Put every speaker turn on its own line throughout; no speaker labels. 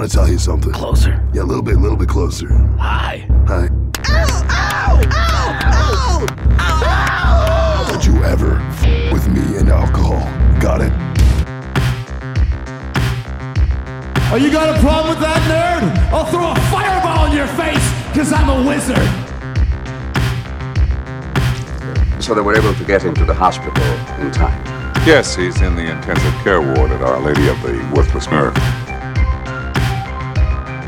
want to tell you something.
Closer.
Yeah, a little bit, a little bit closer.
Hi.
Hi. Don't you ever f- with me and alcohol. Got it?
Oh, you got a problem with that, nerd? I'll throw a fireball in your face, cause I'm a wizard.
so they were able to get him to the hospital in time.
Yes, he's in the intensive care ward at Our Lady of the Worthless Nerve.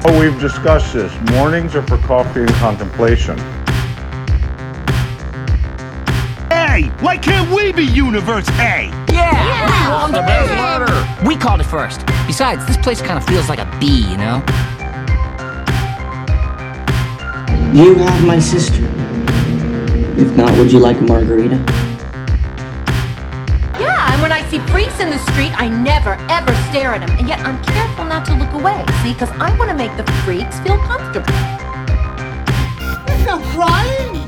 Oh, we've discussed this. Mornings are for coffee and contemplation.
Hey, why can't we be Universe A?
Yeah! We won the best letter! We called it first. Besides, this place kind of feels like a bee, you know?
You have my sister. If not, would you like a margarita?
Yeah, and when I see freaks in the street, I never, ever stare at them. And yet I'm careful not to look away, see, because I want to make the freaks feel comfortable.
There's no crying!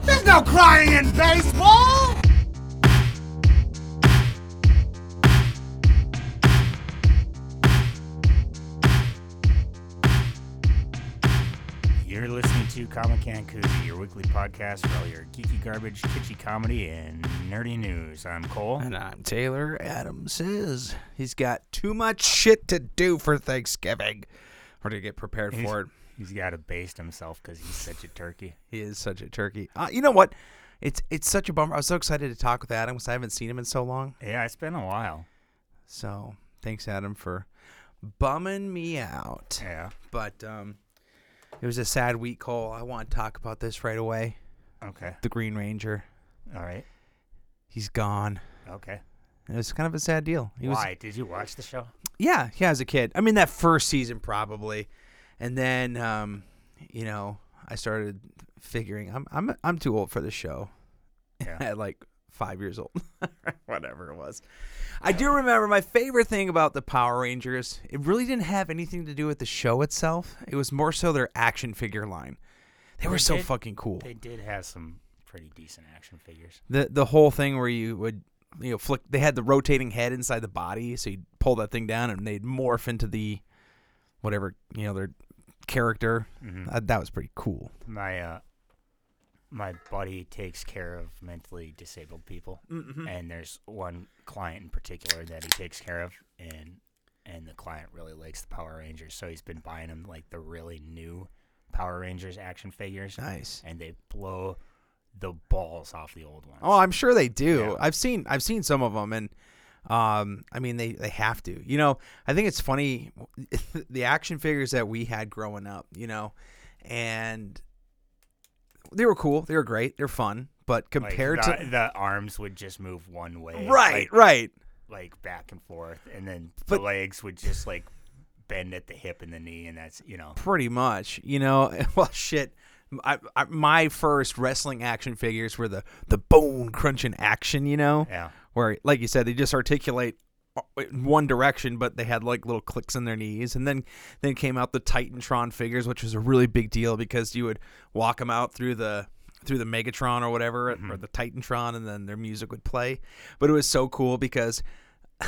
There's no crying in baseball!
You're listening to Comic Can Koozie, your weekly podcast for all your geeky garbage, kitschy comedy, and nerdy news. I'm Cole.
And I'm Taylor. Adams is. He's got too much shit to do for Thanksgiving or to get prepared
He's-
for it.
He's got to baste himself because he's such a turkey.
He is such a turkey. Uh, you know what? It's it's such a bummer. I was so excited to talk with Adam because I haven't seen him in so long.
Yeah, it's been a while.
So thanks, Adam, for bumming me out.
Yeah.
But um, it was a sad week, Cole. I want to talk about this right away.
Okay.
The Green Ranger.
All right.
He's gone.
Okay.
It was kind of a sad deal. He was-
Why? Did you watch the show?
Yeah, yeah, as a kid. I mean, that first season probably, and then um, you know, I started figuring I'm I'm I'm too old for this show.
Yeah.
At like five years old, whatever it was. I do remember my favorite thing about the Power Rangers. It really didn't have anything to do with the show itself. It was more so their action figure line. They were so
Oh, did-
fucking cool.
They did have some pretty decent action figures.
The the whole thing where you would you know flick they had the rotating head inside the body, so you'd pull that thing down and they'd morph into the whatever you know their character.
Mm-hmm.
Uh, that was pretty cool.
my uh my buddy takes care of mentally disabled people
Mm-hmm.
and there's one client in particular that he takes care of and and the client really likes the power rangers so he's been buying him like the really new power rangers action figures
Nice.
and they blow the balls off the old ones
Oh, I'm sure they do.
Yeah.
I've seen I've seen some of them, and um, I mean they they have to. You know, I think it's funny the action figures that we had growing up. You know, and they were cool. They were great. They're fun. But
Like,
compared
the,
to
the arms would just move one way
right,
like,
right.
like back and forth and then
But-
the legs would just like bend at the hip and the knee and that's you know
Pretty much, you know. Well, shit. I, I, my first wrestling action figures were the the bone crunching action. You know,
Yeah.
Where, like you said, they just articulate uh, in one direction, but they had like little clicks in their knees. And then then came out the Titantron figures, which was a really big deal because you would walk them out through the through the Megatron or whatever, or the Titantron, and then their music would play. But it was so cool because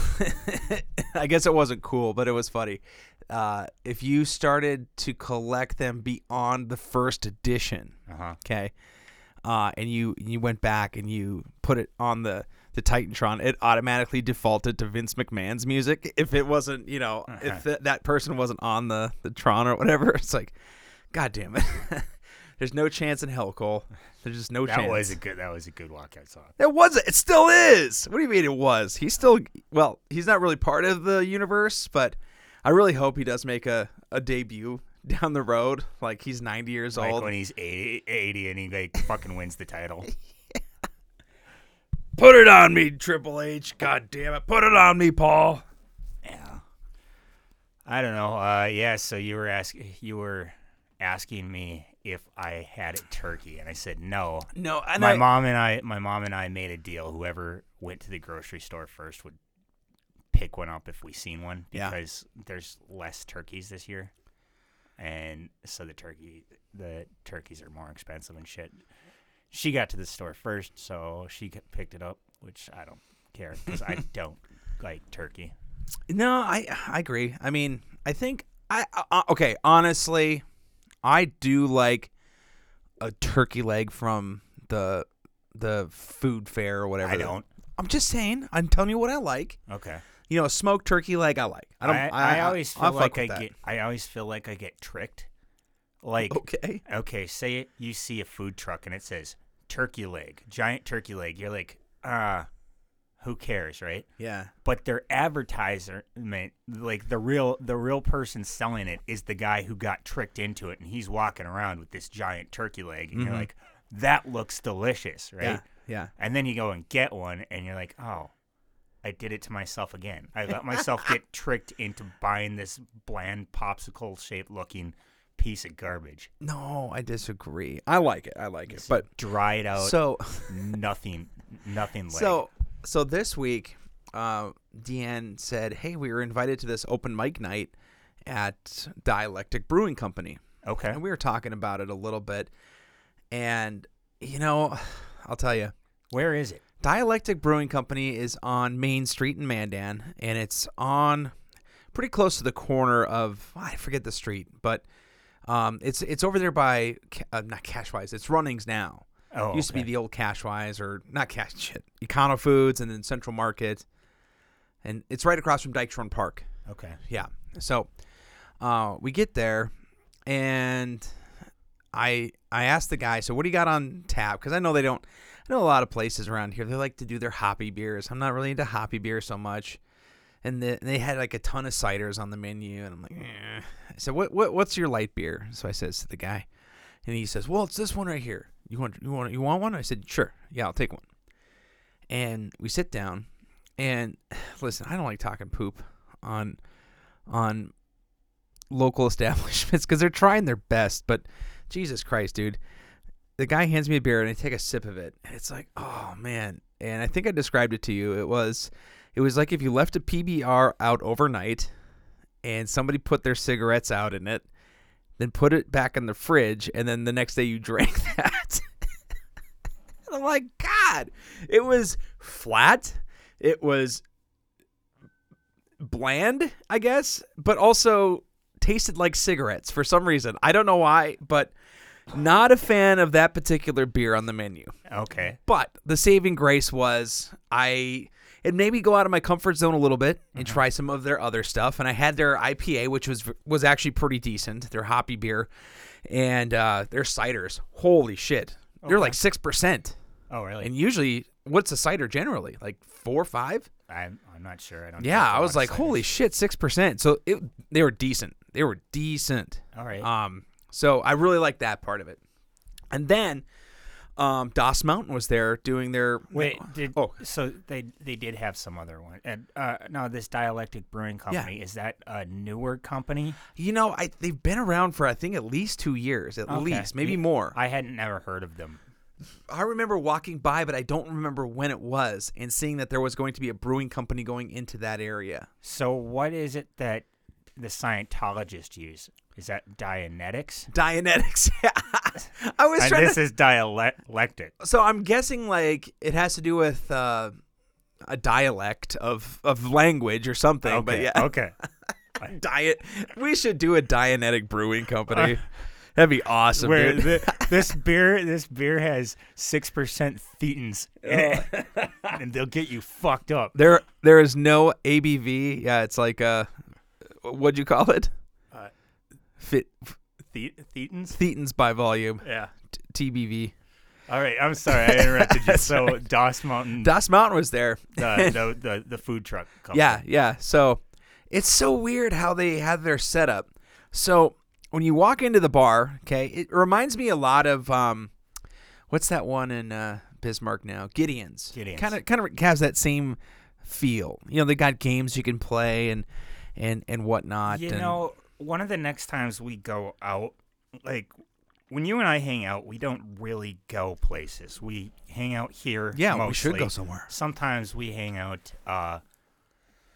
I guess it wasn't cool, but it was funny. Uh, if you started to collect them beyond the first edition,
Uh-huh.
okay, uh, and you you went back and you put it on the the Titantron, it automatically defaulted to Vince McMahon's music if it wasn't you know if th- that person wasn't on the the Tron or whatever. It's like, god damn it. There's no chance in hell, Cole. There's just no
that
chance.
was a good that was a good walkout song
It was. It still is. What do you mean it was? He's still. Well, he's not really part of the universe, but I really hope he does make a, a debut down the road. Like he's 90 years
like
old.
when he's 80, 80 and he like fucking wins the title.
Put it on me, Triple H. God damn it. Put it on me, Paul.
I don't know. Uh, yeah. So you were asking you were asking me if I had a turkey, and I said no.
No, and
my
I-
mom and I, my mom and I made a deal. Whoever went to the grocery store first would pick one up if we seen one
Yeah.
because there's less turkeys this year, and so the turkey the turkeys are more expensive and shit. She got to the store first, so she c- picked it up, which I don't care because I don't like turkey.
No, I I agree. I mean, I think I uh, okay, honestly, I do like a turkey leg from the the food fair or whatever.
I don't.
I'm just saying. I'm telling you what I like.
Okay.
You know, a smoked turkey leg I like. I don't. I,
I, always feel
I'll fuck
like I
with that.
get. I always feel like I get tricked. Like
okay,
okay. Say it, you see a food truck and it says turkey leg, giant turkey leg. You're like, ah, who cares, right?
Yeah.
But their advertisement, like the real, the real person selling it is the guy who got tricked into it, and he's walking around with this giant turkey leg, and you're
Mhm.
like, that looks delicious, right?
Yeah, yeah.
And then you go and get one, and you're like, oh, I did it to myself again. I let myself get tricked into buying this bland popsicle shaped looking piece of garbage.
No, I disagree. I like it. I like it. But
dry it out.
So
nothing, nothing. Like.
So, so this week, uh, Deanne said, "Hey, we were invited to this open mic night at Dialectic Brewing Company."
Okay,
and we were talking about it a little bit, and you know, I'll tell you,
where is it?
Dialectic Brewing Company is on Main Street in Mandan, and it's on pretty close to the corner of I forget the street, but um, it's it's over there by Ca- uh, not Cashwise. It's Runnings now.
Oh,
used to
okay.
be the old Cashwise or not Cash shit, Econo Foods, and then Central Market, and it's right across from Dykeshorn Park.
Okay.
Yeah. So uh, we get there, and I I asked the guy, so what do you got on tap? Because I know they don't. I know a lot of places around here. They like to do their hoppy beers. I'm not really into hoppy beer so much. And, the, and they had like a ton of ciders on the menu, and I'm like, eh. I said, what, what what's your light beer? So I says to the guy, and he says, well, it's this one right here. You want you want you want one? I said, sure. Yeah, I'll take one and we sit down and listen i don't like talking poop on on local establishments because they're trying their best but jesus christ dude the guy hands me a beer and i take a sip of it and it's like oh man and i think i described it to you it was it was like if you left a pbr out overnight and somebody put their cigarettes out in it then put it back in the fridge and then the next day you drank that And I'm like, God, it was flat. It was bland, I guess, but also tasted like cigarettes for some reason. I don't know why, but not a fan of that particular beer on the menu.
Okay.
But the saving grace was I it made me go out of my comfort zone a little bit and try some of their other stuff. And I had their IPA, which was was actually pretty decent. Their hoppy beer and uh, their ciders. Holy shit, they're like six percent.
Oh, really?
And usually, what's a cider generally like four, five?
I'm, I'm not sure. I don't.
Yeah,
drink a
I
lot
was
of
like,
cider.
holy shit, six percent. So it, they were decent. They were decent.
All right.
Um, so I really liked that part of it. And then, um, Das Mountain was there doing their
Wait, did oh. so they they did have some other one. And uh no, this Dialectic Brewing Company is that a newer company?
You know, I they've been around for I think at least two years, at
Okay.
least maybe
Yeah,
more.
I hadn't ever heard of them.
I remember walking by, but I don't remember when it was, and seeing that there was going to be a brewing company going into that area.
So what is it that the Scientologists use? Is that Dianetics?
Dianetics. Yeah. I was
and
trying
this
to-
is dialectic.
So I'm guessing like it has to do with uh, a dialect of of language or something. But
Okay,
yeah.
okay.
Diet. We should do a Dianetic Brewing Company. That'd be awesome,
Where
dude.
thi- this beer this beer has six percent thetans in it,
Oh.
and they'll get you fucked up.
There, there is no ABV. Yeah, it's like uh, what'd you call it?
Uh,
Fit
The- thetans?
thetans by volume.
Yeah.
T- TBV.
All right, I'm sorry I interrupted you.
That's
So
right.
Das Mountain,
Das Mountain was there.
the, the the the food truck. Company.
Yeah, yeah. So it's so weird how they have their setup. So when you walk into the bar, okay, it reminds me a lot of um, what's that one in uh, Bismarck now? Gideon's.
Gideon's.
Kind of, kind of has that same feel. You know, they got games you can play and and and whatnot.
You
and-
know, one of the next times we go out, like when you and I hang out, we don't really go places. We hang out here.
Yeah, we should
mostly.
go somewhere.
Sometimes we hang out. Uh,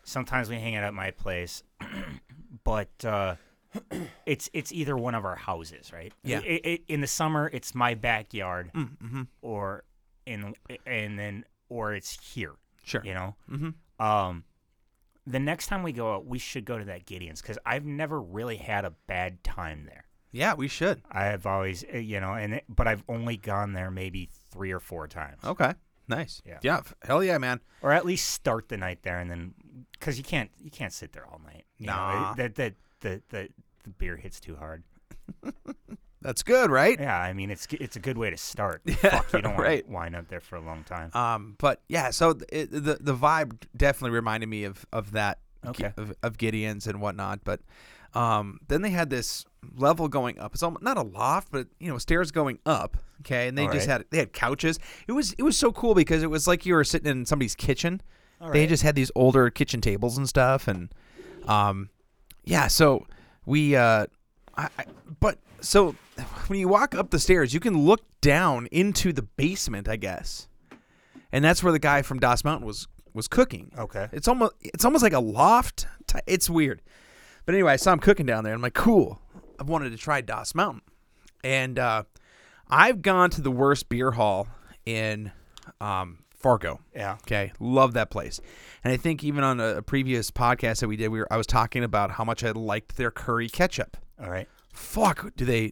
sometimes we hang out at my place, but uh, it's it's either one of our houses, right?
Yeah.
I- I- in the summer, it's my backyard,
Mm, mhm.
or in and then or it's here.
Sure.
You know.
Mhm.
Um, the next time we go out, we should go to that Gideon's because I've never really had a bad time there.
Yeah, we should.
I've always, uh, you know, and it, but I've only gone there maybe three or four times.
Okay. Nice.
Yeah.
Yeah. f- Hell yeah, man.
Or at least start the night there, and then because you can't you can't sit there all night. You know, it-
Nah.
that that the the the beer hits too hard.
That's good, right?
Yeah, I mean it's g- it's a good way to start. Fuck, you don't want
Eh. right.
to wind up there for a long time.
Um, but yeah, so th- it, the the vibe definitely reminded me of of that Gi-
Okay.
of, of Gideon's and whatnot. But um, then they had this level going up. It's almost not a loft, but you know stairs going up. Okay, and they
All
just
right.
had they had couches. It was it was so cool because it was like you were sitting in somebody's kitchen.
All
they
right.
just had these older kitchen tables and stuff, and um, yeah. So we uh, I, I but so when you walk up the stairs, you can look down into the basement, I guess and that's where the guy from Das Mountain was was cooking.
Okay.
It's almost it's almost like a loft. Ty- it's weird, but anyway, I saw him cooking down there. and I'm like, cool. I've wanted to try Das Mountain, and uh, I've gone to the worst beer hall in um, Fargo.
Yeah.
Okay. Love that place, and I think even on a, a previous podcast that we did, we were I was talking about how much I liked their curry ketchup.
All right.
Fuck, do they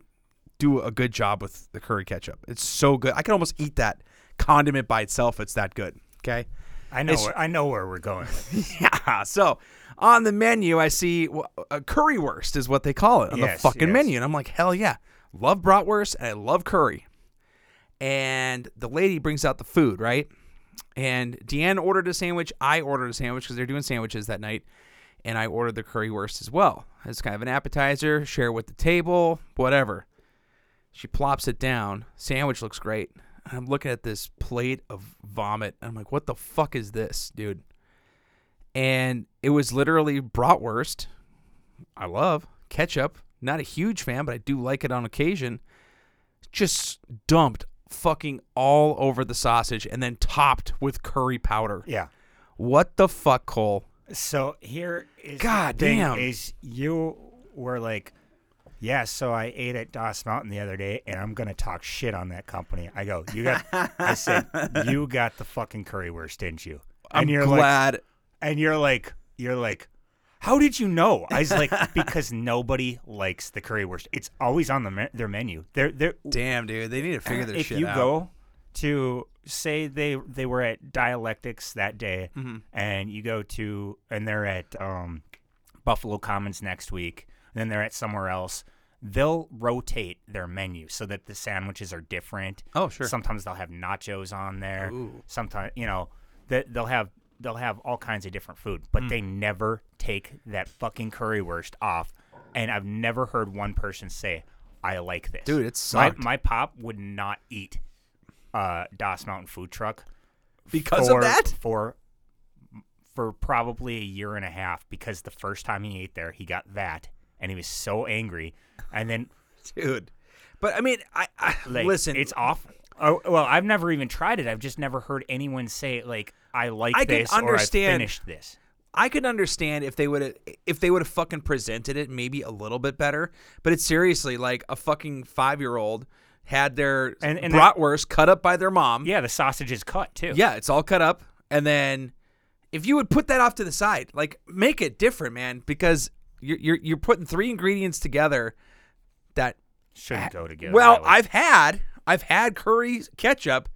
do a good job with the curry ketchup? It's so good. I can almost eat that condiment by itself. It's that good. Okay.
I know
It's-
where, I know where we're going. with this.
Yeah. So on the menu, I see wh- a currywurst is what they call it on
Yes,
the fucking
yes.
menu, and I'm like, hell yeah, love bratwurst and I love curry. And the lady brings out the food, right? And Deanne ordered a sandwich. I ordered a sandwich because they're doing sandwiches that night, and I ordered the currywurst as well. It's kind of an appetizer, share with the table, whatever. She plops it down. Sandwich looks great. And I'm looking at this plate of vomit. and I'm like, what the fuck is this, dude? and it was literally bratwurst. I love ketchup. Not a huge fan, but I do like it on occasion. Just dumped fucking all over the sausage and then topped with curry powder.
Yeah.
What the fuck, Cole?
So here is the
God
thing
damn.
is you were like, yeah. So I ate at Dos Mountain the other day, and I'm gonna talk shit on that company. I go, you got. I said, you got the fucking currywurst, didn't you?
I'm
and you're like,
glad.
and you're like, you're like, how did you know? I was like, because nobody likes the currywurst. It's always on the me- their menu. They're they're
damn, dude, they need to figure this
"Uh, if
shit
you
out.
go to say they they were at dialectics that day
Mm-hmm.
and you go to and they're at um, buffalo commons next week and then they're at somewhere else they'll rotate their menu so that the sandwiches are different
Oh, sure.
sometimes they'll have nachos on there
Ooh.
sometimes you know that they'll have they'll have all kinds of different food but
Mm.
they never take that fucking currywurst off and i've never heard one person say i like this
Dude,
My-
it sucked.
my pop would not eat uh Das Mountain food truck
because
for,
of that.
for for probably a year and a half because the first time he ate there he got that and he was so angry and then
dude. But I mean, I, I
like
listen.
it's awful. Oh, well, I've never even tried it. I've just never heard anyone say like I like
I can
this or I
understand-
finished this.
I could understand if they would have if they would have fucking presented it maybe a little bit better, but it's seriously like a fucking five year old had their
And- and
bratwurst cut up by their mom.
Yeah, the sausage is cut too.
Yeah, it's all cut up, and then if you would put that off to the side, like make it different, man, because you're you're, you're putting three ingredients together that
shouldn't go together.
well
really.
I've had I've had curry ketchup,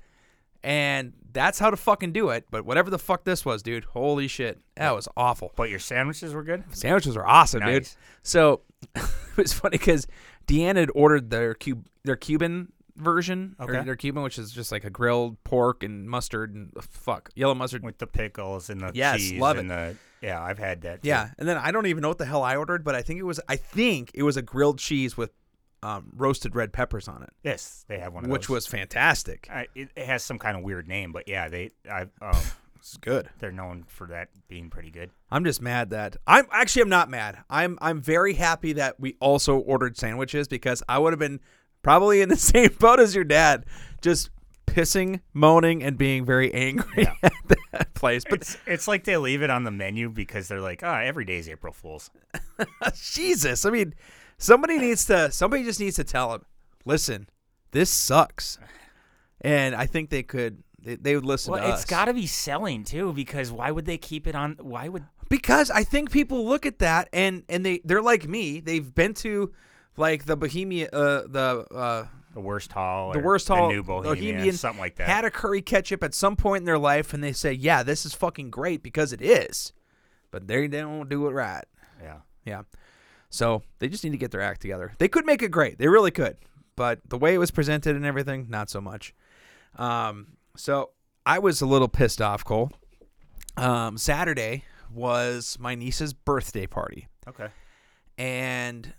and that's how to fucking do it. But whatever the fuck this was, dude, holy shit, that was awful.
but your sandwiches were good.
Sandwiches are awesome, dude.
Nice.
So it was funny because Deanna had ordered their cub their Cuban version,
Okay.
or their Cuban, which is just like a grilled pork and mustard and oh, fuck yellow mustard.
with the pickles and the
Yes,
cheese
love
and the yeah, I've had that. too.
yeah, and then I don't even know what the hell I ordered, but I think it was I think it was a grilled cheese with um, roasted red peppers on it,
yes, they have one of
which
those.
was fantastic.
I, it, it has some kind of weird name, but yeah, they I um,
It's good.
they're known for that being pretty good.
I'm just mad that I'm actually I'm not mad. I'm I'm very happy that we also ordered sandwiches because I would have been probably in the same boat as your dad, just pissing, moaning, and being very angry at that place. But
It's, it's like they leave it on the menu because they're like, ah, every day's April Fools.
Jesus, I mean, somebody needs to somebody just needs to tell him, listen, this sucks, and I think they could they, they would listen
Well,
to
it's
us.
got to be selling too because why would they keep it on? Why would
because I think people look at that and and they they're like me. They've been to like the Bohemia, uh, the uh,
the worst hall,
the
or
worst
the
hall,
New Bohemian, something like that.
Had a curry ketchup at some point in their life, and they say, "Yeah, this is fucking great because it is," but they don't do it right.
Yeah.
yeah. So they just need to get their act together. They could make it great. They really could, but the way it was presented and everything, not so much. Um, so I was a little pissed off, Cole. Um, Saturday was my niece's birthday party
Okay.
and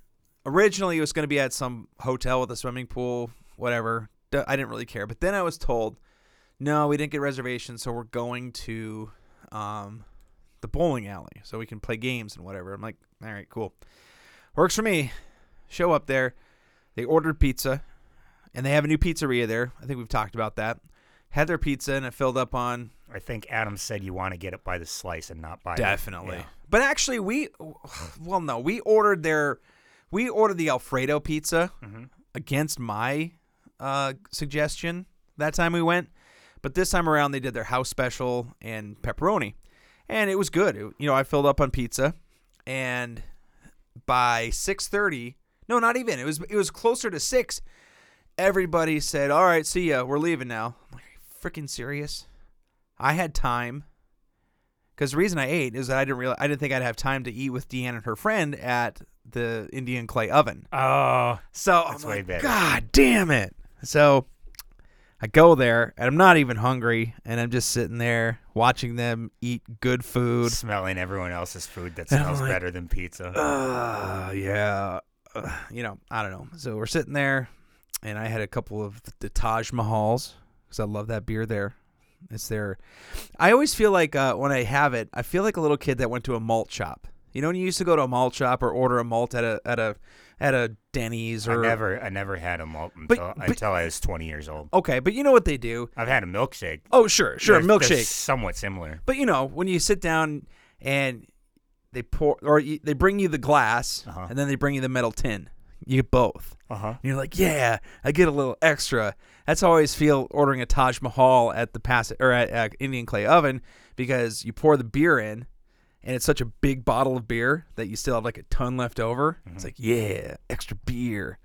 originally it was going to be at some hotel with a swimming pool, whatever. D- I didn't really care, but then I was told, no, we didn't get reservations, so we're going to um, the bowling alley so we can play games and whatever. I'm like, all right, cool, works for me. Show up there, they ordered pizza, and they have a new pizzeria there. I think we've talked about that. Had their pizza and it filled up on.
I think Adam said you want to get it by the slice and not by the-
Definitely.
yeah.
But actually, we, well, no, we ordered their, we ordered the Alfredo pizza against my uh, suggestion that time we went. But this time around, they did their house special and pepperoni. And it was good. It- you know, I filled up on pizza and by 6.30, no, not even. It was, it was closer to 6. Everybody said, all right, see ya. We're leaving now. I'm like, are you freaking serious? I had time because the reason I ate is that I didn't realize I didn't think I'd have time to eat with Deanne and her friend at the Indian clay oven.
Oh,
so
that's way better.
God damn it! So I go there and I'm not even hungry, and I'm just sitting there watching them eat good food.
Smelling everyone else's food that
And I'm
smells
like,
better than pizza.
Uh, yeah. Uh, you know, I don't know. So we're sitting there, and I had a couple of the Taj Mahals because I love that beer there. It's there. I always feel like uh, when I have it, I feel like a little kid that went to a malt shop. You know, when you used to go to a malt shop or order a malt at a at a at a Denny's
I
or
never, I never had a malt until,
But- but-
until I was 20 years old.
Okay, but you know what they do?
I've had a milkshake.
Oh, sure, sure,
They're- they're
milkshake.
somewhat similar.
But you know, when you sit down and they pour or you, they bring you the glass and then they bring you the metal tin. You get both.
Uh-huh.
And you're like, "Yeah, I get a little extra." That's how I always feel ordering a Taj Mahal at the pass or at, at Indian clay oven because you pour the beer in and it's such a big bottle of beer that you still have like a ton left over. It's like, "Yeah, extra beer."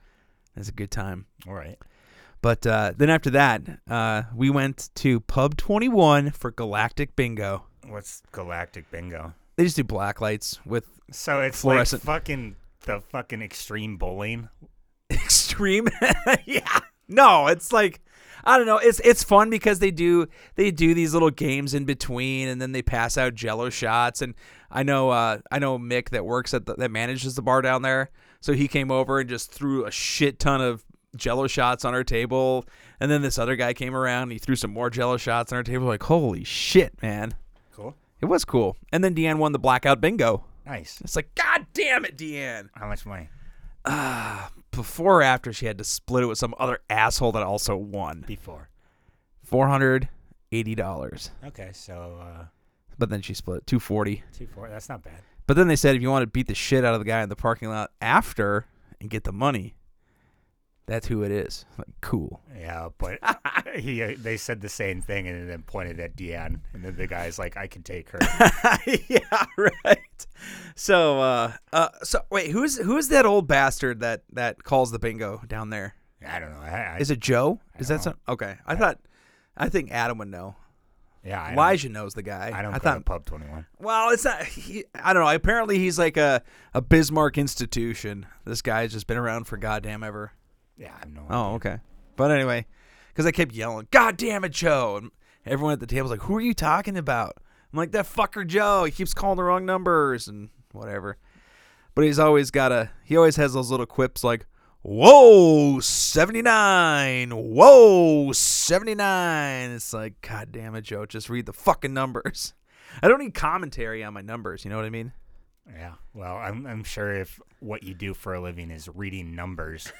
That's a good time.
All right.
But uh, then after that, uh, we went to Pub 21 for Galactic Bingo.
What's Galactic Bingo?
They just do black lights with
So it's like
fluorescent
fucking the fucking extreme bowling.
extreme. yeah. No, it's like I don't know. It's it's fun because they do they do these little games in between, and then they pass out Jello shots. And I know uh, I know Mick that works at the, that manages the bar down there, so he came over and just threw a shit ton of Jello shots on our table. And then this other guy came around, and he threw some more Jello shots on our table. Like holy shit, man!
Cool.
It was cool. And then Deanne won the blackout bingo.
Nice.
It's like God damn it, Deanne.
How much money?
Ah, before or after she had to split it with some other asshole that also won.
Before.
Four hundred eighty dollars.
Okay, so uh,
But then she split two forty.
two four. That's not bad.
But then they said if you want to beat the shit out of the guy in the parking lot after and get the money, that's who it is. Like, cool.
Yeah, but he uh, they said the same thing and then pointed at Deanne, and then the guy's like, "I can take her."
yeah, right. So uh uh so wait, who's who's that old bastard that that calls the bingo down there?
I don't know. I, I,
Is it Joe? Is that some okay. I thought I think Adam would know.
Yeah, I don't-
Elijah knows the guy.
I don't
I
go
thought
to Pub Twenty One.
Well, it's not. He, I don't know. Apparently, he's like a, a Bismarck institution. This guy's just been around for goddamn ever.
Yeah, I have no
Oh, okay. But anyway, because I kept yelling, "God damn it, Joe!" and everyone at the table's like, "Who are you talking about?" I'm like, "That fucker Joe. He keeps calling the wrong numbers and whatever." But he's always got a. He always has those little quips like, "Whoa, seventy nine. Whoa, seventy nine. It's like, "God damn it, Joe. Just read the fucking numbers." I don't need commentary on my numbers. You know what I mean?
Yeah. Well, I'm I'm sure if what you do for a living is reading numbers,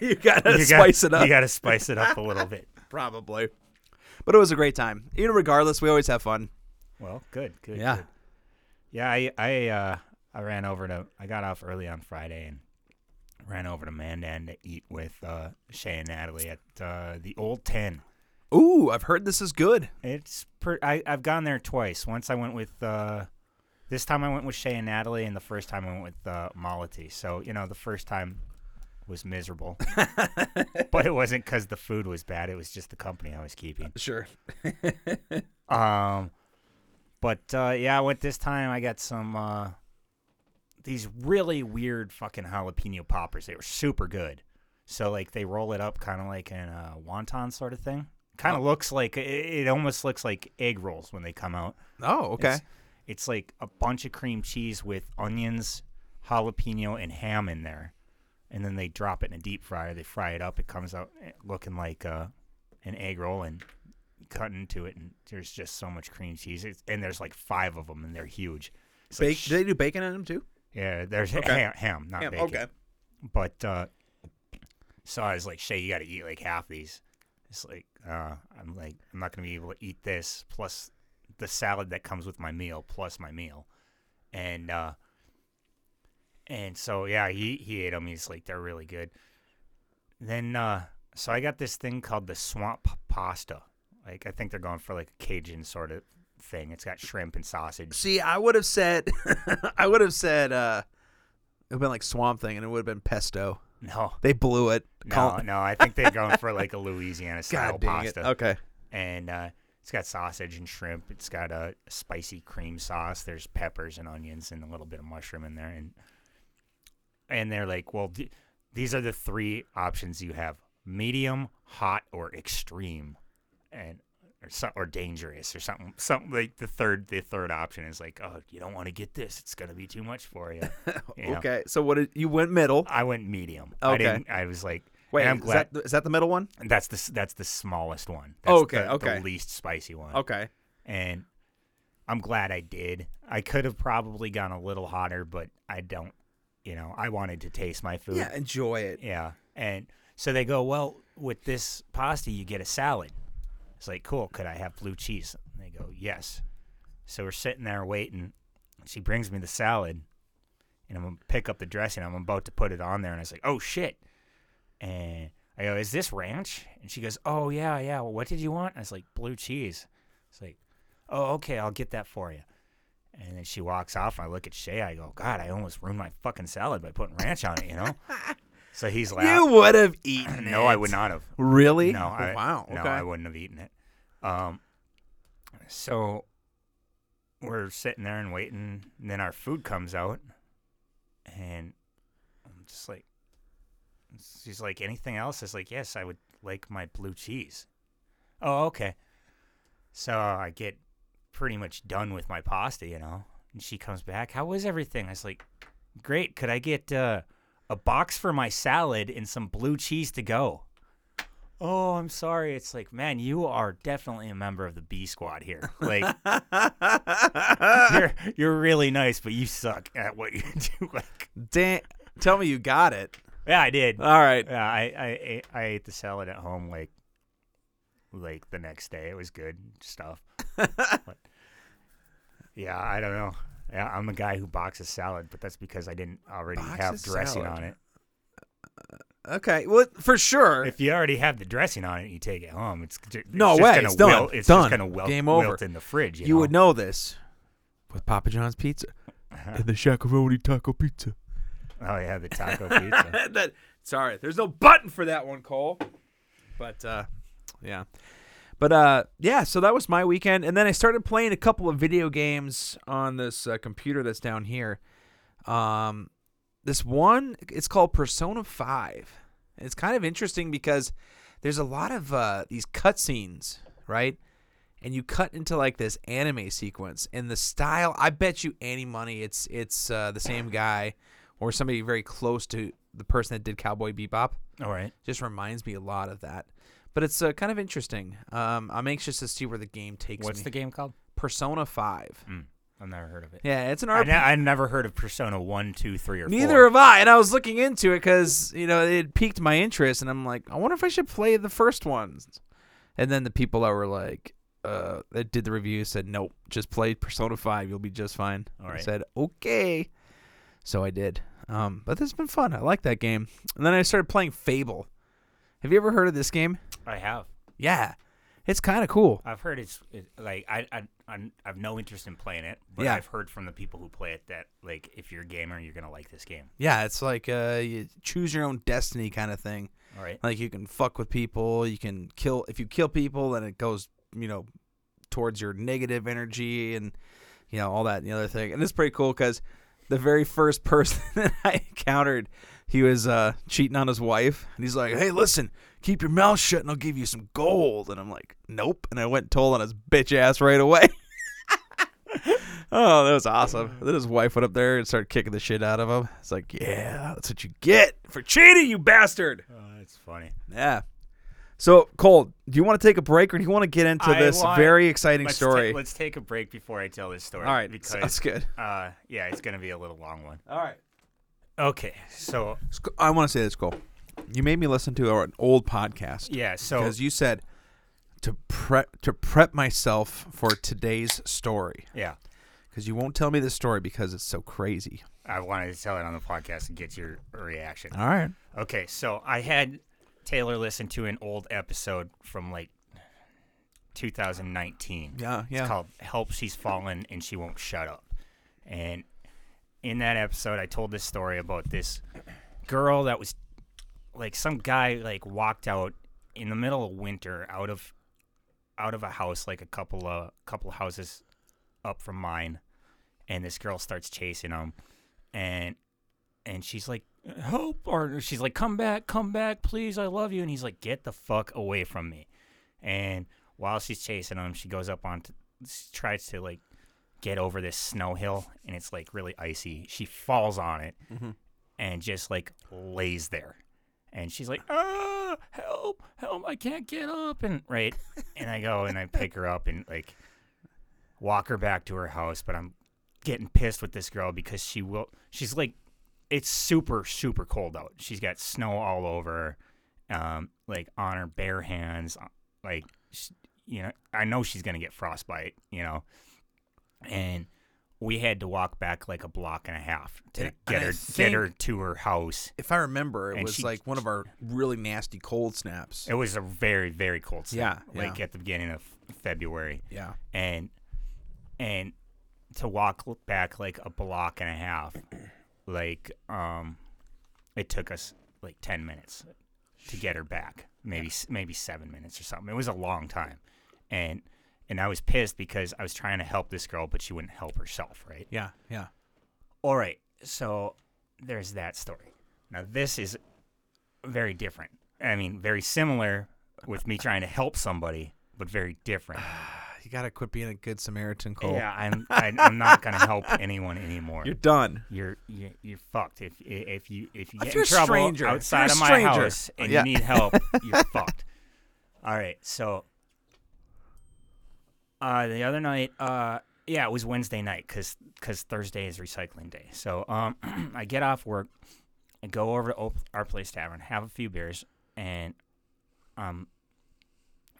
you gotta
got-
spice it up.
You gotta spice it up a little bit.
Probably. But it was a great time. You know, regardless, we always have fun.
Well, good, good.
Yeah.
good. Yeah, I I uh I ran over to I got off early on Friday and ran over to Mandan to eat with uh Shay and Natalie at uh the old 10.
Ooh, I've heard this is good.
It's per- I I've gone there twice. Once I went with uh This time I went with Shay and Natalie, and the first time I went with uh, Malati. So you know, the first time was miserable, but it wasn't because the food was bad. It was just the company I was keeping.
Sure.
um, but uh, yeah, I went this time. I got some uh, these really weird fucking jalapeno poppers. They were super good. So like they roll it up kind of like in a wonton sort of thing. Kind of looks like it, it almost looks like egg rolls when they come out.
Oh, okay.
It's, it's like a bunch of cream cheese with onions, jalapeno, and ham in there, and then they drop it in a deep fryer. They fry it up. It comes out eh, looking like uh, an egg roll, and you cut into it, and there's just so much cream cheese. It's, and there's like five of them, and they're huge. It's like
Bake, do they do bacon in them too?
yeah, there's
Okay.
ham, ham, not
Ham,
Ah, bacon.
okay.
But uh, so I was like, Shay, you got to eat like half these. It's like uh, I'm like I'm not gonna be able to eat this plus the salad that comes with my meal plus my meal, and uh, and so yeah, he he ate them. He's like they're really good. Then uh, so I got this thing called the swamp pasta. Like I think they're going for like a Cajun sort of thing. It's got shrimp and sausage.
See, I would have said, I would have said, uh, it would have been like Swamp Thing, and it would have been pesto.
No.
they blew it.
No,
Call-
no, I think they're going for like a Louisiana style
God dang it.
pasta.
Okay.
And uh, it's got sausage and shrimp. It's got a spicy cream sauce. There's peppers and onions and a little bit of mushroom in there. And and they're like, well, th- these are the three options you have: medium, hot, or extreme, and or so, or dangerous or something. Something like the third the third option is like, oh, you don't want to get this. It's gonna be too much for you. You know?
Okay, so what did you went middle?
I went medium. I,
Okay,
didn't, I was like,
Wait,
and I'm
is
glad.
that the- is that the middle one?
That's the s- that's the smallest one. That's
Okay,
the,
okay.
The least spicy one.
Okay.
And I'm glad I did. I could have probably gone a little hotter, but I don't. You know, I wanted to taste my food.
Yeah, enjoy it.
Yeah. And so they go, well, with this pasta, you get a salad. It's like, cool. Could I have blue cheese? And they go, yes. So we're sitting there waiting. She brings me the salad, and I'm gonna pick up the dressing. I'm about to put it on there, and I was like, oh shit. And I go, is this ranch? And she goes, oh yeah, yeah. Well, what did you want? And I was like, blue cheese. It's like, oh okay, I'll get that for you. And then she walks off. And I look at Shay. I go, God, I almost ruined my fucking salad by putting ranch on it. You know. So he's like,
You would have eaten.
no, I would
it.
not have.
Really?
No. I,
Oh, wow.
No,
okay.
I wouldn't have eaten it. Um. So we're sitting there and waiting. And then our food comes out, and I'm just like, she's like, anything else? I was like, yes, I would like my blue cheese. Oh, okay. So I get pretty much done with my pasta, you know. And she comes back. How was everything? I was like, great. Could I get uh, a box for my salad and some blue cheese to go? Oh, I'm sorry. It's like, man, you are definitely a member of the B squad here. Like, you're you're really nice, but you suck at what you do. Like,
Damn. Tell me you got it.
yeah, I did.
All right.
Yeah, I, I ate- I ate the salad at home like like the next day. It was good stuff. But, yeah, I don't know. Yeah, I'm the guy who boxes salad, but that's because I didn't already have
Boxes
dressing
salad.
on it.
Okay. Well, for sure.
If you already have the dressing on it, you take it home. It's, ju- it's
no
just
way.
Gonna
It's done.
Wilt, it's
done.
just gonna wilt,
Game over.
wilt in the fridge. You,
You, would know this with Papa John's pizza and the Shakaroni taco pizza.
Oh yeah, the taco pizza.
that, sorry, there's no button for that one, Cole. But uh, yeah, but uh, yeah. So that was my weekend, and then I started playing a couple of video games on this uh, computer that's down here. Um, this one, it's called Persona Five. And it's kind of interesting because there's a lot of uh, these cutscenes, right? And you cut into like this anime sequence, and the style. I bet you any money, it's it's uh, the same guy or somebody very close to the person that did Cowboy Bebop.
All right.
Just reminds me a lot of that. But it's uh, kind of interesting. Um, I'm anxious to see where the game takes
What's
me.
the game called?
Persona Five.
I've never heard of it.
Yeah, it's an
I,
RPG.
ne- I never heard of Persona One, Two, Three, or
Neither
Four.
have I, and I was looking into it because you know it piqued my interest, and I'm like, I wonder if I should play the first ones. And then the people that were like, uh, that did the review said, nope, just play Persona Five, you'll be just fine.
All
I
right.
said, okay, so I did. Um, but this has been fun. I like that game. And then I started playing Fable. Have you ever heard of this game?
I have.
Yeah, It's kind of cool.
I've heard it's it, like I I I'm, I've no interest in playing it, but
Yeah.
I've heard from the people who play it that like if you're a gamer, you're gonna like this game.
Yeah, it's like uh, you choose your own destiny kind of thing.
All right.
Like you can fuck with people. You can kill. If you kill people, then it goes, you know, towards your negative energy and, you know, all that and the other thing. And it's pretty cool because the very first person that I encountered, he was uh, cheating on his wife. And he's like, hey, listen, keep your mouth shut and I'll give you some gold. And I'm like, nope. And I went and told on his bitch ass right away. Oh, that was awesome. Then his wife went up there and started kicking the shit out of him. It's like, yeah, that's what you get for cheating, you bastard.
Oh, that's funny.
Yeah. So, Cole, do you want to take a break or do you want to get into
I
this
want-
very exciting
let's ta-
story?
let's take a break before I tell this story.
All right,
because,
sounds good.
Uh, yeah, it's gonna be a little long one.
All right.
Okay, so
Sc- I want to say this, Cole. You made me listen to our- an old podcast.
Yeah, so-
because you said to prep to prep myself for today's story.
Yeah.
Because you won't tell me this story because it's so crazy.
I wanted to tell it on the podcast and get your reaction.
All right.
Okay, so I had Taylor listen to an old episode from like 2019.
Yeah, yeah.
It's called "Help She's Fallen and She Won't Shut Up," and in that episode, I told this story about this girl that was like some guy like walked out in the middle of winter out of out of a house like a couple of couple houses up from mine and this girl starts chasing him and and she's like help or she's like come back come back please i love you and he's like get the fuck away from me and while she's chasing him she goes up on to, she tries to like get over this snow hill and it's like really icy she falls on it
Mhm.
and just like lays there and she's like ah help help i can't get up and right and i go and i pick her up and like walk her back to her house, but I'm getting pissed with this girl because she will she's like it's super super cold out. She's got snow all over um like on her bare hands uh, like sh you know I know she's going to get frostbite, you know. And we had to walk back like a block and a half to
And-
get
and I
her get her
think-
to her house.
If I remember, it
And
was
she-
like one of our really nasty cold snaps.
It was a very very cold snap.
Yeah,
like
yeah.
at the beginning of February.
Yeah.
and and to walk l- back like a block and a half, like um, it took us like ten minutes to get her back. Maybe s maybe seven minutes or something. It was a long time, and and I was pissed because I was trying to help this girl, but she wouldn't help herself. Right?
Yeah, yeah.
All right. So there's that story. Now this is very different. I mean, very similar with me trying to help somebody, but very different.
You gotta quit being a good Samaritan, Cole.
Yeah, I'm I, I'm not gonna help anyone anymore.
Oh. You're done.
You're you're, you're fucked. If if you if you
If
get
you're a
in trouble
stranger, if you're
outside
a
of my
stranger.
house and
Yeah.
you need help, you're fucked. All right, so uh, the other night, uh, yeah, it was Wednesday night because Thursday is recycling day. So um, I get off work, I go over to Op- our place tavern, have a few beers, and um,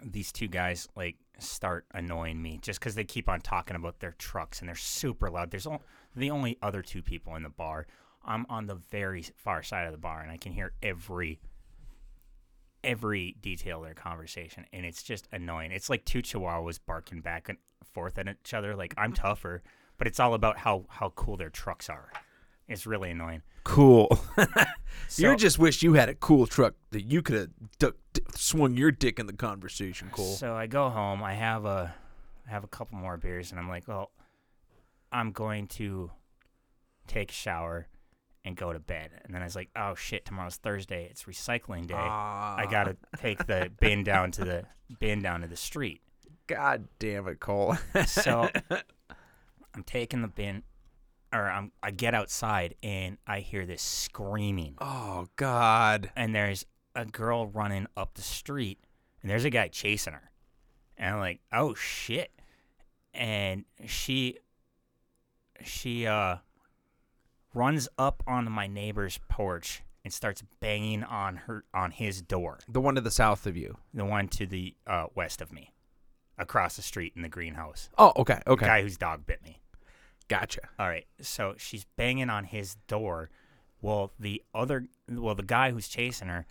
these two guys like start annoying me just because they keep on talking about their trucks and they're super loud. There's only the only other two people in the bar. I'm on the very far side of the bar and I can hear every every detail of their conversation and it's just annoying. It's like two chihuahuas barking back and forth at each other like I'm tougher, but it's all about how how cool their trucks are. It's really annoying.
Cool.
So-
you just wish you had a cool truck that you could have duck, d- swung your dick in the conversation, Cole.
So I go home. I have a I have a couple more beers, and I'm like, well, I'm going to take a shower and go to bed. And then I was like, oh shit, tomorrow's Thursday. It's recycling day.
Ah.
I gotta take the bin down to the bin down to the street.
God damn it, Cole.
so I'm taking the bin, or I'm I get outside and I hear this screaming.
Oh God!
And there's a girl running up the street, and there's a guy chasing her, and I'm like, oh shit, and she she uh runs up onto my neighbor's porch and starts banging on her on his door
the one to the south of you.
the one to the uh, west of me, across the street in the greenhouse.
Oh, okay, okay.
The guy whose dog bit me.
Gotcha.
All right, so she's banging on his door. Well, the other, well, the guy who's chasing her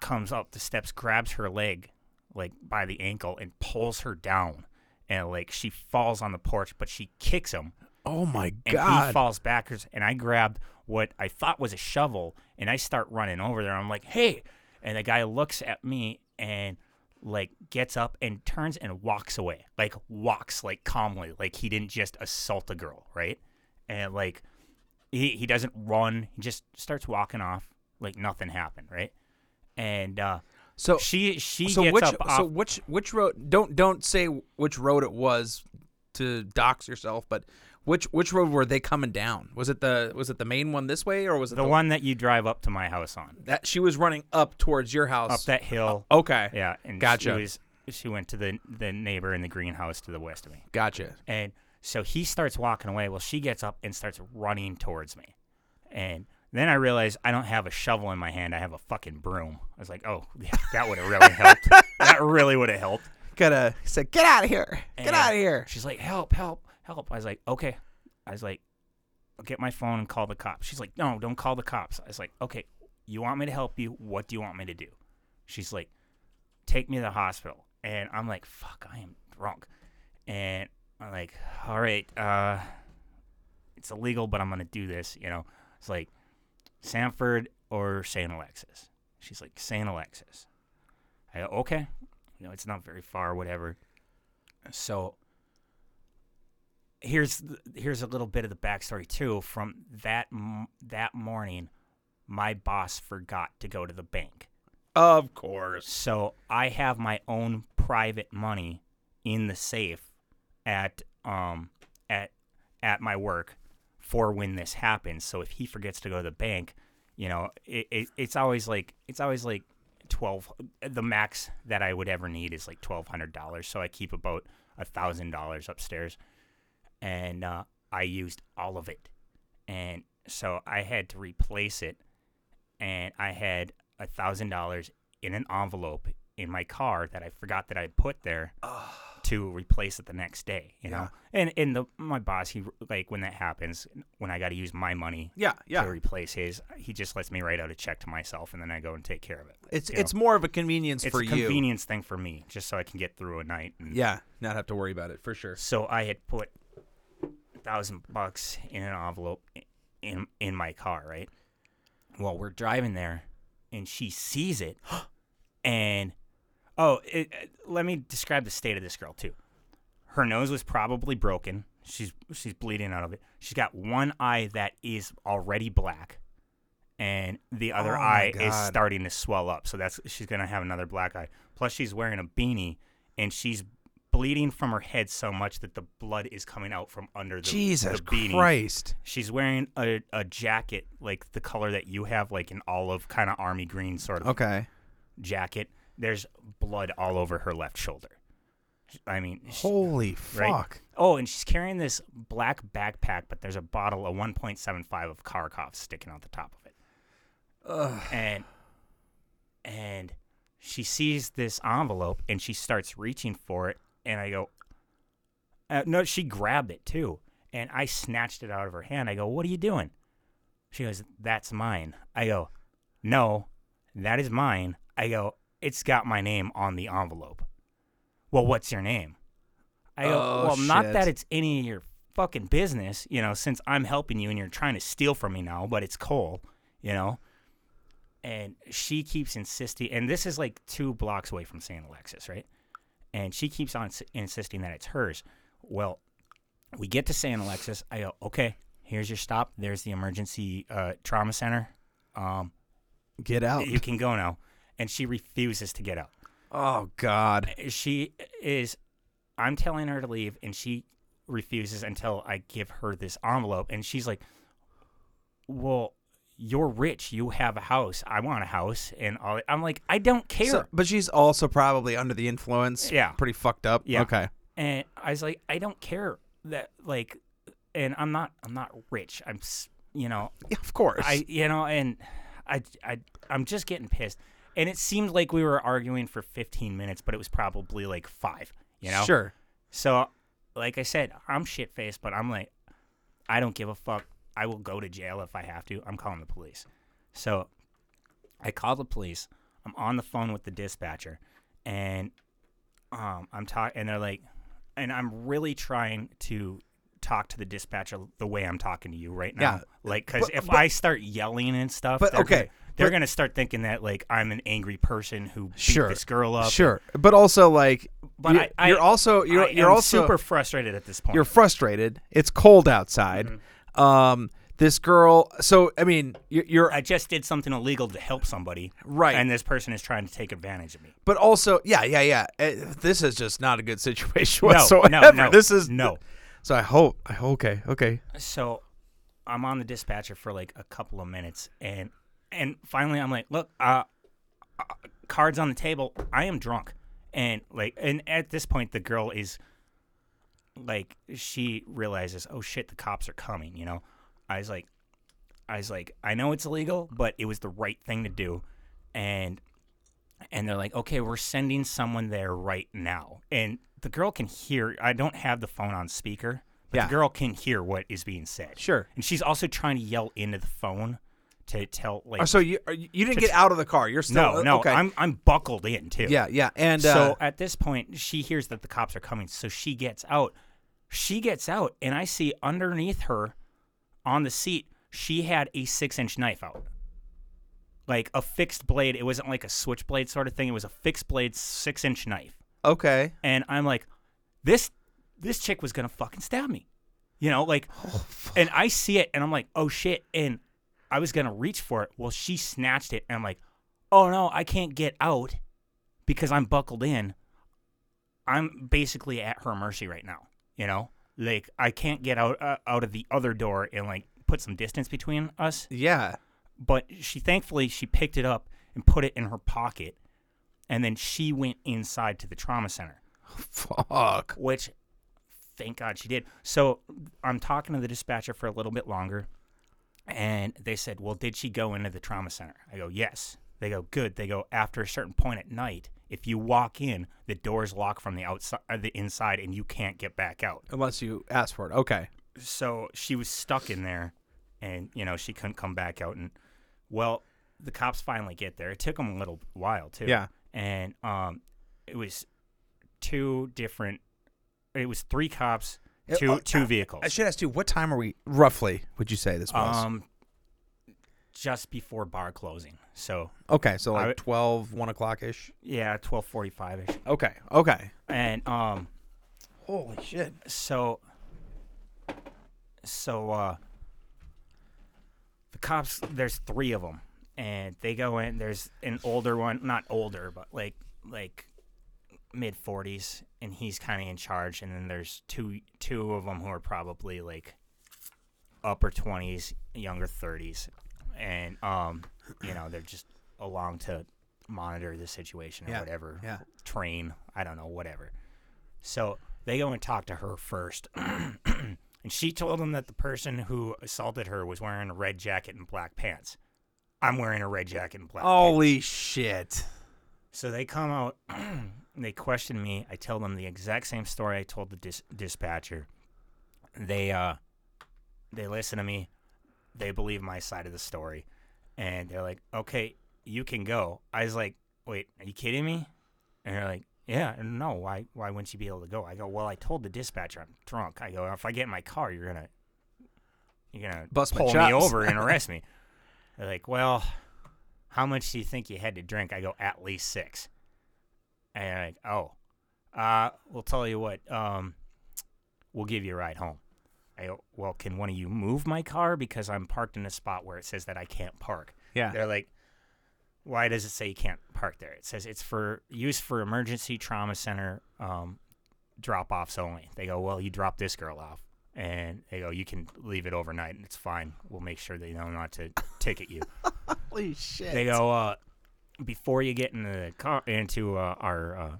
comes up the steps, grabs her leg, like by the ankle and pulls her down, and like she falls on the porch, but she kicks him.
Oh my
And he
God.
falls backwards, and I grabbed what I thought was a shovel, and I start running over there. I'm like, "Hey!" And the guy looks at me and like gets up and turns and walks away, like walks like calmly, like he didn't just assault a girl, right? And like he he doesn't run, he just starts walking off like nothing happened, right? And uh,
so
she she
so
gets
which
up off
so which which road? Don't don't say which road it was to dox yourself, but which which road were they coming down? Was it the was it the main one this way or was it
the
the,
one that you drive up to my house on.
that she was running up towards your house?
up that hill.
Okay.
Yeah, and
Gotcha.
She, was, she went to the the neighbor in the greenhouse to the west of me.
Gotcha.
And so he starts walking away. Well, she gets up and starts running towards me, and then I realize I don't have a shovel in my hand. I have a fucking broom. I was like, oh, yeah, that would have really helped. that really would have helped.
Gotta say, get out of here. Get
And
out of here.
She's like, help, help, help. I was like, okay. I was like, I'll get my phone and call the cops. She's like, no, don't call the cops. I was like, okay, you want me to help you? What do you want me to do? She's like, take me to the hospital. And I'm like, fuck, I am drunk. And I'm like, all right, uh, it's illegal, but I'm going to do this. You know, it's like Sanford or St. Alexis. She's like, St. Alexis. I go, okay. You know, it's not very far, whatever. So here's th- here's a little bit of the backstory too. From that m- that morning, my boss forgot to go to the bank.
Of course.
So I have my own private money in the safe at um at at my work for when this happens. So if he forgets to go to the bank, you know, it, it it's always like it's always like twelve. The max that I would ever need is like twelve hundred dollars. So I keep about a thousand dollars upstairs, and uh, I used all of it, and so I had to replace it and I had a thousand dollars in an envelope in my car that I forgot that I put there to replace it the next day. You know, and and the my boss he like when that happens when I got to use my money
Yeah, yeah.
to replace his he just lets me write out a check to myself and then I go and take care of it.
It's
you know?
it's more of a convenience
it's
for
a
you.
convenience thing for me just so I can get through a night. And
Yeah, not have to worry about it for sure.
So I had put a thousand bucks in an envelope i- in in my car, right? Well, we're driving there, and she sees it, and oh, it, it- let me describe the state of this girl too. Her nose was probably broken. She's she's bleeding out of it. She's got one eye that is already black, and the other
Oh my
eye is
God.
starting to swell up. So that's she's gonna have another black eye. Plus, she's wearing a beanie, and she's bleeding from her head so much that the blood is coming out from under the
Jesus
the beanie.
Christ.
She's wearing a, a jacket like the color that you have, like an olive kind of army green sort of
Okay.
jacket. There's blood all over her left shoulder. I mean, sh-
Holy
right?
fuck.
Oh, and she's carrying this black backpack, but there's a bottle of 1.75 of Kharkov sticking out the top of it. And and she sees this envelope and she starts reaching for it, and I go, uh, no, she grabbed it too, and I snatched it out of her hand. I go, what are you doing? She goes, that's mine. I go, no, that is mine. I go, it's got my name on the envelope. Well, what's your name? I go,
Oh,
well, not
shit.
that it's any of your fucking business, you know, since I'm helping you and you're trying to steal from me now, but it's Cole, you know? And she keeps insisting, and this is like two blocks away from St. Alexis, right? And she keeps on s- insisting that it's hers. Well, we get to San Alexis. I go, okay, here's your stop. There's the emergency uh, trauma center. Um,
Get out.
you can go now. And she refuses to get out.
Oh God.
She is, I'm telling her to leave, and she refuses until I give her this envelope. And she's like, well, you're rich. You have a house. I want a house. And all. that. I'm like, I don't care.
So- but she's also probably under the influence.
Yeah.
Pretty fucked up.
Yeah.
Okay.
And I was like, I don't care that like, and I'm not, I'm not rich. I'm, s- you know,
Yeah, of course.
I, you know, and I, I, I'm just getting pissed. And it seemed like we were arguing for 15 minutes, but it was probably like five. You know,
Sure.
So, like I said, I'm shit faced, but I'm like, I don't give a fuck. I will go to jail if I have to. I'm calling the police. So, I call the police. I'm on the phone with the dispatcher, and um, I'm talking, and they're like, and I'm really trying to talk to the dispatcher the way I'm talking to you right now.
Yeah.
Like, because
But-
if
but-
I start yelling and stuff,
But,
they're
okay,
gonna- they're
but-
gonna start thinking that like I'm an angry person who beat
sure
this girl up.
Sure, but also like,
But
you're,
I, I,
you're also you're
I
you're
am
also
super frustrated at this point.
You're frustrated. It's cold outside.
Mm-hmm.
Um, this girl. So I mean, you're, you're.
I just did something illegal to help somebody,
Right.
And this person is trying to take advantage of me.
But also, yeah, yeah, yeah. eh, this is just not a good situation
No, no,
whatsoever.
no,
this is
no.
So I hope. I hope. Okay. Okay.
So I'm on the dispatcher for like a couple of minutes, and and finally I'm like, look, uh, uh, cards on the table. I am drunk, and like, and at this point the girl is like, she realizes, oh shit, the cops are coming. You know, I was like, I was like, I know it's illegal, but it was the right thing to do, and and they're like, okay, we're sending someone there right now, and the girl can hear. I don't have the phone on speaker, but
Yeah.
the girl can hear what is being said.
Sure.
and she's also trying to yell into the phone to tell like.
Oh, so you are you you didn't
to
get
tr-
out of the car. You're still
no, no.
Okay.
I'm I'm buckled in too.
Yeah, yeah, and, uh,
so at this point, she hears that the cops are coming, so she gets out. She gets out, and I see underneath her, on the seat, she had a six-inch knife out, like a fixed blade. It wasn't like a switchblade sort of thing. It was a fixed blade, six-inch knife.
okay.
And I'm like, this this chick was gonna fucking stab me. You know, like and I see it and I'm like, oh shit. And I was gonna reach for it. Well, she snatched it and I'm like, oh no, I can't get out because I'm buckled in. I'm basically at her mercy right now. You know? Like I can't get out uh, out of the other door and like put some distance between us.
Yeah.
But she thankfully she picked it up and put it in her pocket and then she went inside to the trauma center.
Fuck.
Which, thank God she did. So I'm talking to the dispatcher for a little bit longer, and they said, "Well, did she go into the trauma center?" I go, "Yes." They go, "Good." They go, "After a certain point at night, if you walk in, the doors lock from the outside, uh, the inside, and you can't get back out."
Unless you ask for it. Okay.
so she was stuck in there and you know she couldn't come back out and well the cops finally get there it took them a little while too
Yeah.
and um it was two different it was three cops two
Uh, oh,
two
uh,
vehicles
I should ask you what time are we roughly? Would you say this was?
um just before bar closing so
okay, so like
I-
12, 1 o'clock ish.
yeah 1245 ish
Okay. Okay.
and um
Holy shit.
so so uh the cops there's three of them and they go in there's an older one not older but like like mid 40s and he's kind of in charge and then there's two two of them who are probably like upper 20s younger 30s and um you know they're just along to monitor the situation or
Yeah,
whatever
yeah.
train i don't know whatever so they go and talk to her first and she told them that the person who assaulted her was wearing a red jacket and black pants i'm wearing a red jacket and black pants.
Holy shit.
So they come out, and they question me. I tell them the exact same story I told the dis- dispatcher. They uh, they listen to me. They believe my side of the story, and they're like, "Okay, you can go." I was like, "Wait, are you kidding me?" And they're like, "Yeah, and no. Why? Why wouldn't you be able to go?" I go, "Well, I told the dispatcher I'm drunk." I go, "If I get in my car, you're gonna you're gonna
Bust my
pull me
chops.
over and arrest me." They're like, "Well, how much do you think you had to drink?" I go, "At least six. And they're like, "Oh, uh, we'll tell you what. Um, we'll give you a ride home." I go, "Well, can one of you move my car because I'm parked in a spot where it says that I can't park?"
Yeah.
They're like, "Why does it say you can't park there?" It says it's for use for emergency trauma center um, drop-offs only. They go, "Well, you drop this girl off." And they go, you can leave it overnight, and it's fine. We'll make sure they know not to ticket you.
Holy shit.
They go uh, before you get into the car into uh, our uh,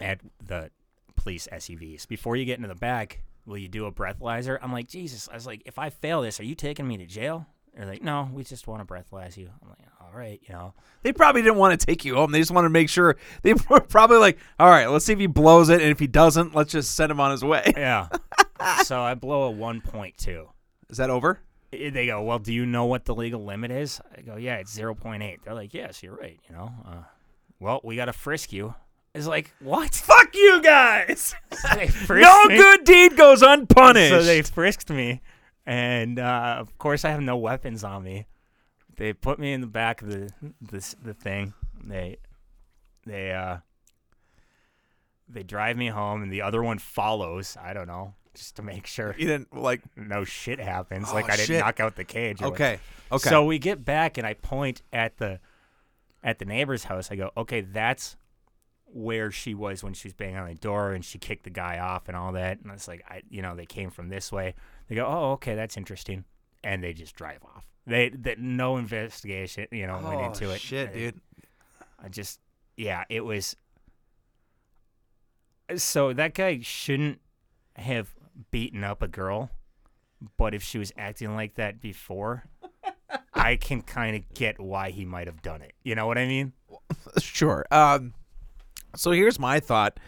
at the police SUVs. Before you get into the back, will you do a breathalyzer? I'm like Jesus. I was like, if I fail this, are you taking me to jail? They're like, no, we just want to breathalyze you. I'm like, all right, you know.
They probably didn't want to take you home. They just wanted to make sure. They were probably like, all right, let's see if he blows it. And if he doesn't, let's just send him on his way.
Yeah. so I blow a 1.2.
Is that over?
I- They go, well, do you know what the legal limit is? I go, yeah, it's 0.8. They're like, yes, you're right. You know, uh, well, we got to frisk you. It's like, what?
Fuck you guys!
frisked
no
me.
good deed goes unpunished.
So they frisked me, and uh, of course I have no weapons on me. They put me in the back of the this the thing. They they uh they drive me home, and the other one follows. I don't know, just to make sure
you didn't like
no shit happens.
Oh,
like I didn't
shit.
knock out the cage. or what-
Okay, okay.
So we get back, and I point at the at the neighbor's house. I go, okay, that's where she was when she was banging on the door and she kicked the guy off and all that. And it's like, I, you know, they came from this way. They go, oh, okay, that's interesting, and they just drive off. They that no investigation, you know, went
Oh,
into it.
shit,
I-
dude.
I just, yeah, it was. So that guy shouldn't have beaten up a girl, but if she was acting like that before, I can kind of get why he might have done it. You know what I mean?
sure. Um, so here's my thought.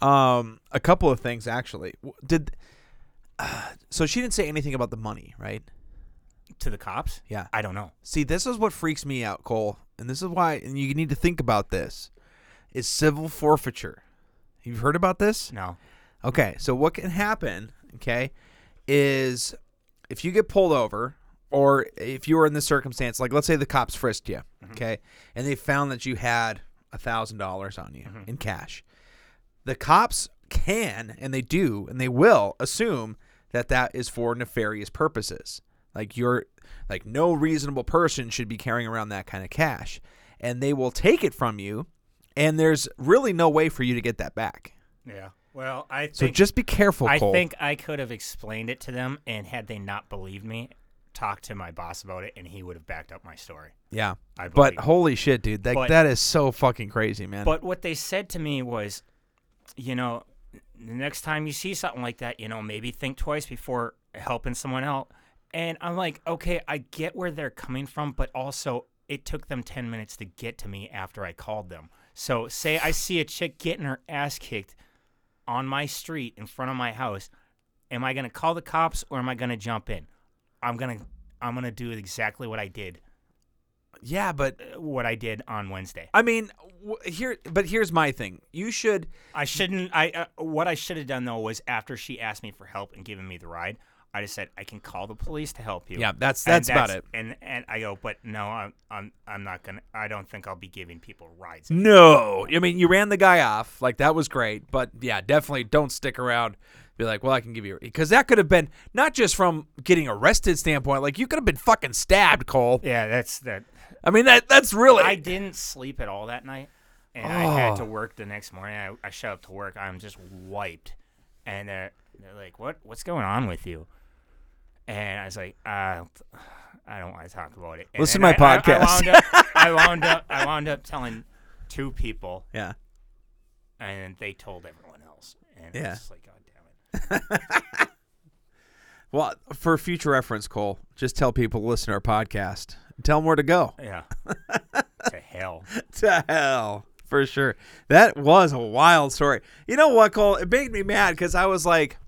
Um, a couple of things actually. W- Did uh, so she didn't say anything about the money, right?
To the cops?
Yeah.
I don't know.
See, this is what freaks me out, Cole, and this is why, and you need to think about this. Is civil forfeiture? You've heard about this?
No.
Okay, so what can happen? Okay, is if you get pulled over, or if you were in this circumstance, like let's say the cops frisked you, okay, and they found that you had a thousand dollars on you in cash, the cops can and they do and they will assume that that is for nefarious purposes. Like you're like no reasonable person should be carrying around that kind of cash, and they will take it from you, and there's really no way for you to get that back.
Yeah. Well, I think
So just be careful,
I
Cole.
think I could have explained it to them, and had they not believed me, talked to my boss about it, and he would have backed up my story.
Yeah.
I
but
believe.
holy shit, dude. That
But-
that is so fucking crazy, man.
But what they said to me was, you know, the next time you see something like that, you know, maybe think twice before helping someone out. And I'm like, okay, I get where they're coming from, but also it took them 10 minutes to get to me after I called them. So, say I see a chick getting her ass kicked on my street in front of my house, am I going to call the cops or am I going to jump in? I'm going to I'm going to do exactly what I did.
Yeah, but
what I did on Wednesday.
I mean, w- here but here's my thing. You should
I shouldn't. I uh, what I should have done though was after she asked me for help and given me the ride, I just said I can call the police to help you.
Yeah, that's-
And
that's about it.
And and I go, but no, I'm I'm I'm not gonna. I don't think I'll be giving people rides.
No. I mean, you ran the guy off. Like that was great, but yeah, definitely don't stick around. Be like, "Well, I can give you because that could have been not just from getting arrested standpoint, like you could have been fucking stabbed, Cole.
Yeah, that's that.
I mean, that that's really
I didn't sleep at all that night, and I had
Oh.
to work the next morning. I, I showed up to work. I'm just wiped, and they're they're like, "What? What's going on with you?" And I was like, uh, "I don't want to talk about it." And
Listen
then
to my
I- I-
podcast.
I, wound up, I wound up. I wound up telling two people.
Yeah.
And they told everyone else, and
Yeah.
it's just like, God damn it.
Well, for future reference, Cole, just tell people to listen to our podcast. Tell them where to go.
Yeah. to hell.
to hell, for sure. That was a wild story. You know what, Cole? It made me mad because I was like,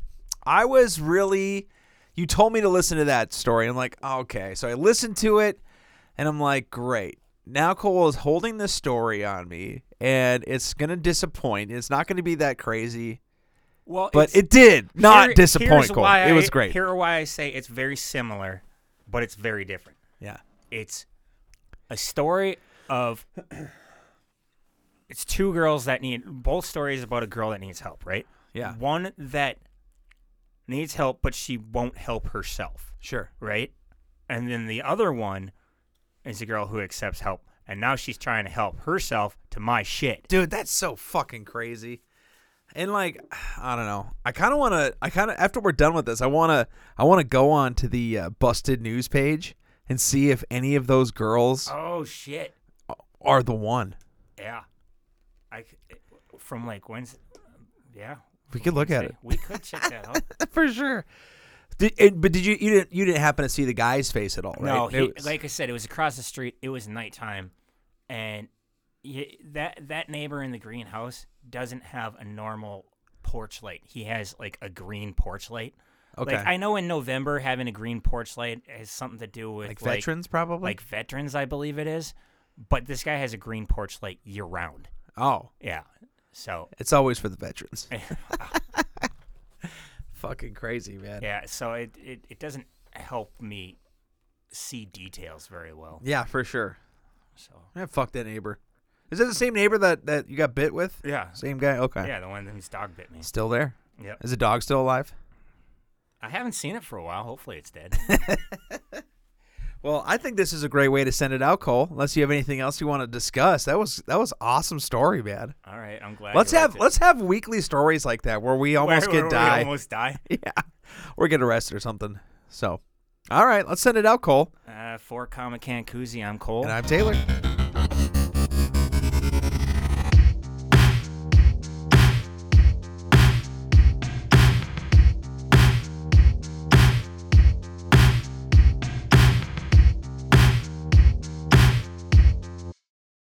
I was really. You told me to listen to that story. I'm like, "Oh, okay. So I listened to it, and I'm like, great. Now Cole is holding this story on me, and it's gonna disappoint. It's not gonna be that crazy.
Well,
but
it's-
it did not
Here-
disappoint.
here's
Cole,
why
it was
I-
great.
Here are why I say it's very similar, but it's very different.
Yeah.
It's a story of it's two girls that need both stories about a girl that needs help, right?
Yeah.
One that needs help but she won't help herself.
Sure.
Right? And then the other one is a girl who accepts help and now she's trying to help herself to my shit.
Dude, that's so fucking crazy. And like, I don't know. I kind of want to. I kind of after we're done with this, I want to. I want to go on to the uh, busted news page and see if any of those girls
Oh shit.
are the one.
Yeah. I c- from like Wednesday. Yeah.
We could look at
Wednesday.
it.
We could check that out.
for sure. Did, and- but did you? You didn't. You didn't happen to see the guy's face at all, right?
No,
It
he,
was-
like I said, it was across the street. It was nighttime, and y that that neighbor in the greenhouse doesn't have a normal porch light. He has like a green porch light. Like
Okay.
I know in November having a green porch light has something to do with
Like veterans, probably?
like veterans, I believe it is. But this guy has a green porch light year round.
Oh.
yeah. So
It's always for the veterans. Fucking crazy, man.
yeah, so it, it, it doesn't help me see details very well.
Yeah, for sure.
So
Yeah, fuck that neighbor. Is that the same neighbor that, that you got bit with?
Yeah.
Same guy? Okay.
Yeah, the one whose dog bit me.
Still there?
Yep.
Is the dog still alive?
I haven't seen it for a while. Hopefully it's dead.
Well, I think this is a great way to send it out, Cole. Unless you have anything else you want to discuss. That was that was awesome story, man.
All right, I'm glad.
let's
you liked
have
it.
let's have weekly stories like that where we almost
Where-
get
where we
die.
almost die?
yeah. Or get arrested or something. So all right, let's send it out, Cole.
Uh, for Comic Can Koozie, I'm Cole.
And I'm Taylor.